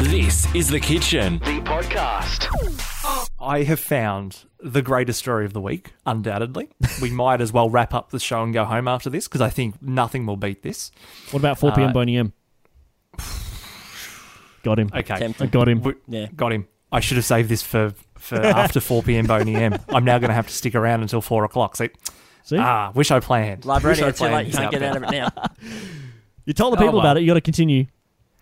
This is The Kitchen. The podcast. I have found the greatest story of the week, undoubtedly. We might as well wrap up the show and go home after this because I think nothing will beat this. What about 4 p.m. Uh, Boney M? Got him. Okay. I got him. We- Yeah. Got him. I should have saved this for, for after 4 p.m. Boney M. I'm now going to have to stick around until 4 o'clock. See? See? Ah, wish I planned. Library, Wish I it's too late. planned You this can't get out of it now. you told the oh, people about well. it. You got to continue.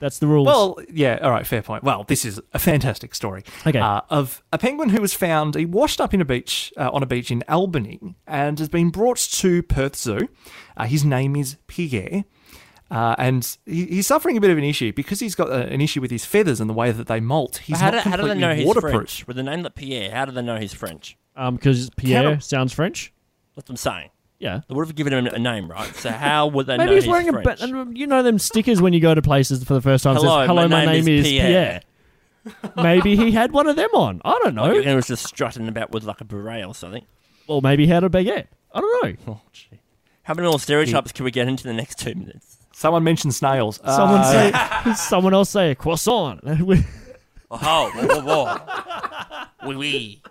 That's the rules. Well, yeah, all right, fair point. Well, this is a fantastic story. Okay. Uh, of a penguin who was found, he washed up in a beach, uh, on a beach in Albany, and has been brought to Perth Zoo. Uh, his name is Pierre. Uh, and he, he's suffering a bit of an issue because he's got a, an issue with his feathers and the way that they molt. He's how, do, not how do completely they know he's waterproof. French? With a name like Pierre, how do they know he's French? um, because Pierre Can I- sounds French. That's what I'm saying. Yeah. They would have given him a name, right? So how would they know Maybe he's wearing a. French? ba- and You know them stickers when you go to places for the first time. Hello, says, Hello, my, name, is Pierre. Oh. maybe he had one of them on. I don't know. and he was just strutting about with like a beret or something. Well, maybe he had a baguette. I don't know. Oh, gee. How many more stereotypes can we get into the next two minutes? Someone mentioned snails. Uh, Someone say, someone else say a croissant. Oh, whoa, whoa, whoa. wee wee.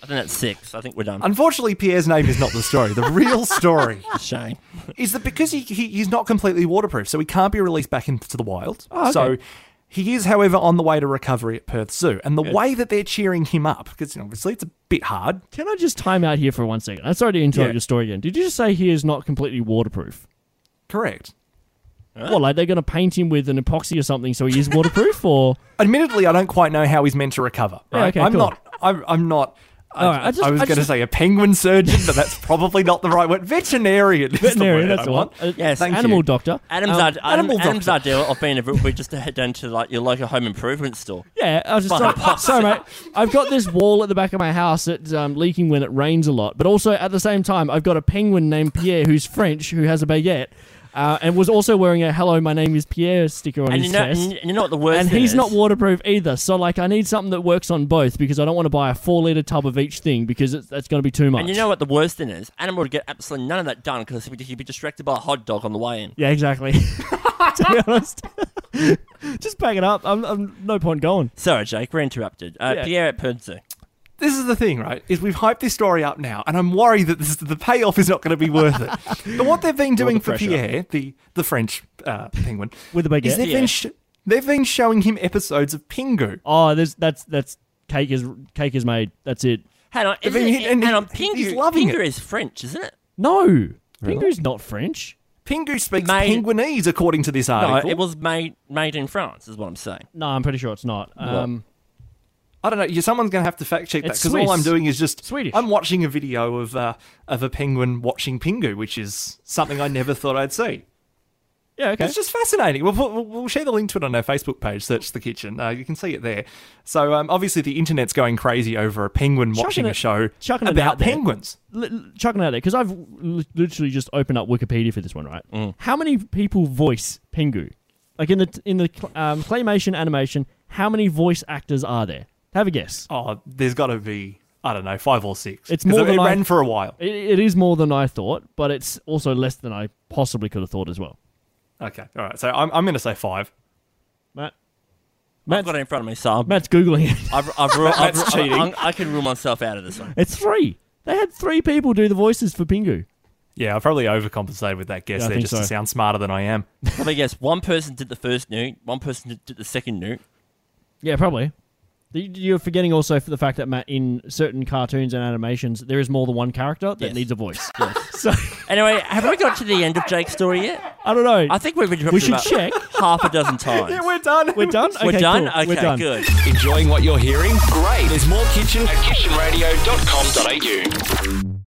I think that's six. I think we're done. unfortunately, Pierre's name is not the story. The real story Shame. is that because he, he he's not completely waterproof, so he can't be released back into the wild. Oh, okay. So he is, however, on the way to recovery at Perth Zoo, and the way that they're cheering him up because you know, obviously it's a bit hard. Can I just time out here for one second? I'm sorry to interrupt Yeah. your story again. Did you just say he is not completely waterproof? Correct. Well, like they're going to paint him with an epoxy or something so he is waterproof, or Admittedly, I don't quite know how he's meant to recover. Yeah, Right? okay, I'm cool. not. I'm, I'm not. I, All right, I just- I was I going to just- say a penguin surgeon, but that's probably not the right word. Veterinarian. Is veterinarian. The word That's I the one. want. Uh, Yes, thank animal you. doctor. Adam's, Um, um, Adam, animal Adam's doctor. idea of being a we just head down to like your local home improvement store. Yeah, I was just Fucking sorry, boss. sorry, mate. I've got this wall at the back of my house that's um, leaking when it rains a lot, but also at the same time, I've got a penguin named Pierre who's French who has a baguette uh, and was also wearing a "Hello, my name is Pierre" sticker on And you his know, chest. and you know what the worst and thing he's is? not waterproof either. So like, I need something that works on both because I don't want to buy a four liter tub of each thing because it's, that's going to be too much. And you know what the worst thing is? Adam would get absolutely none of that done because he'd be distracted by a hot dog on the way in. yeah, exactly. to be honest, just pack it up. I'm, I'm no point going. Sorry, Jake, we're interrupted. Uh, Yeah. Pierre at Perdzu. this is the thing, right? Is we've hyped this story up now, and I'm worried that this, the payoff is not going to be worth it. But what they've been doing for pressure. Pierre, the the French uh, penguin, With the baguette. is they've Yeah. been sh- they've been showing him episodes of Pingu. Oh, there's that's that's cake is cake is made. That's it. Hang on, isn't thing- it, and hang on, he- Pingu, he's loving it. Pingu is French, isn't it? No, Pingu's not French. Pingu speaks Mate. Penguinese, according to this No, article. it was made made in France, is what I'm saying. No, I'm pretty sure it's not. Um, I don't know. you- Someone's going to have to fact check that It's because all I'm Swiss. doing is just Swedish. I'm watching a video of uh, of a penguin watching Pingu, which is something I never thought I'd see. yeah, okay. It's just fascinating. We'll, we'll, we'll share the link to it on our Facebook page, Search the Kitchen. Uh, you can see it there. So, um, obviously, the internet's going crazy over a penguin watching it- a show chucking it out about there. penguins. L- l- chucking it out there because I've l- literally just opened up Wikipedia for this one. Right? How many people voice Pingu? Like in the in the cl- um, claymation animation, how many voice actors are there? Have a guess. Oh, there's got to be, I don't know, five or six. It's 'Cause more it, than it I- ran for a while. It, it is more than I thought, but it's also less than I possibly could have thought as well. Okay. All right. So, I'm, I'm going to say five. Matt, I've got it in front of me, so I've, Matt's googling it. I've, I've, ru- I've, That's ru- cheating. I'm- I can rule myself out of this one. It's three. They had three people do the voices for Pingu. Yeah, I probably overcompensated with that guess Yeah, I there think just to so. sound smarter than I am. Have a guess. One person did the first nuke, one person did- did the second nuke. Yeah, probably. You- You're forgetting also for the fact that Matt, in certain cartoons and animations, there is more than one character that Yes. needs a voice. So Anyway, have we got to the end of Jake's story yet? I don't know. I think we've interrupted we should about check. half a dozen times. Yeah, we're done. We're done. We're Okay, done? cool. Okay, We're done. good. Enjoying what you're hearing? Great. There's more kitchen At kitchenradio.com.au.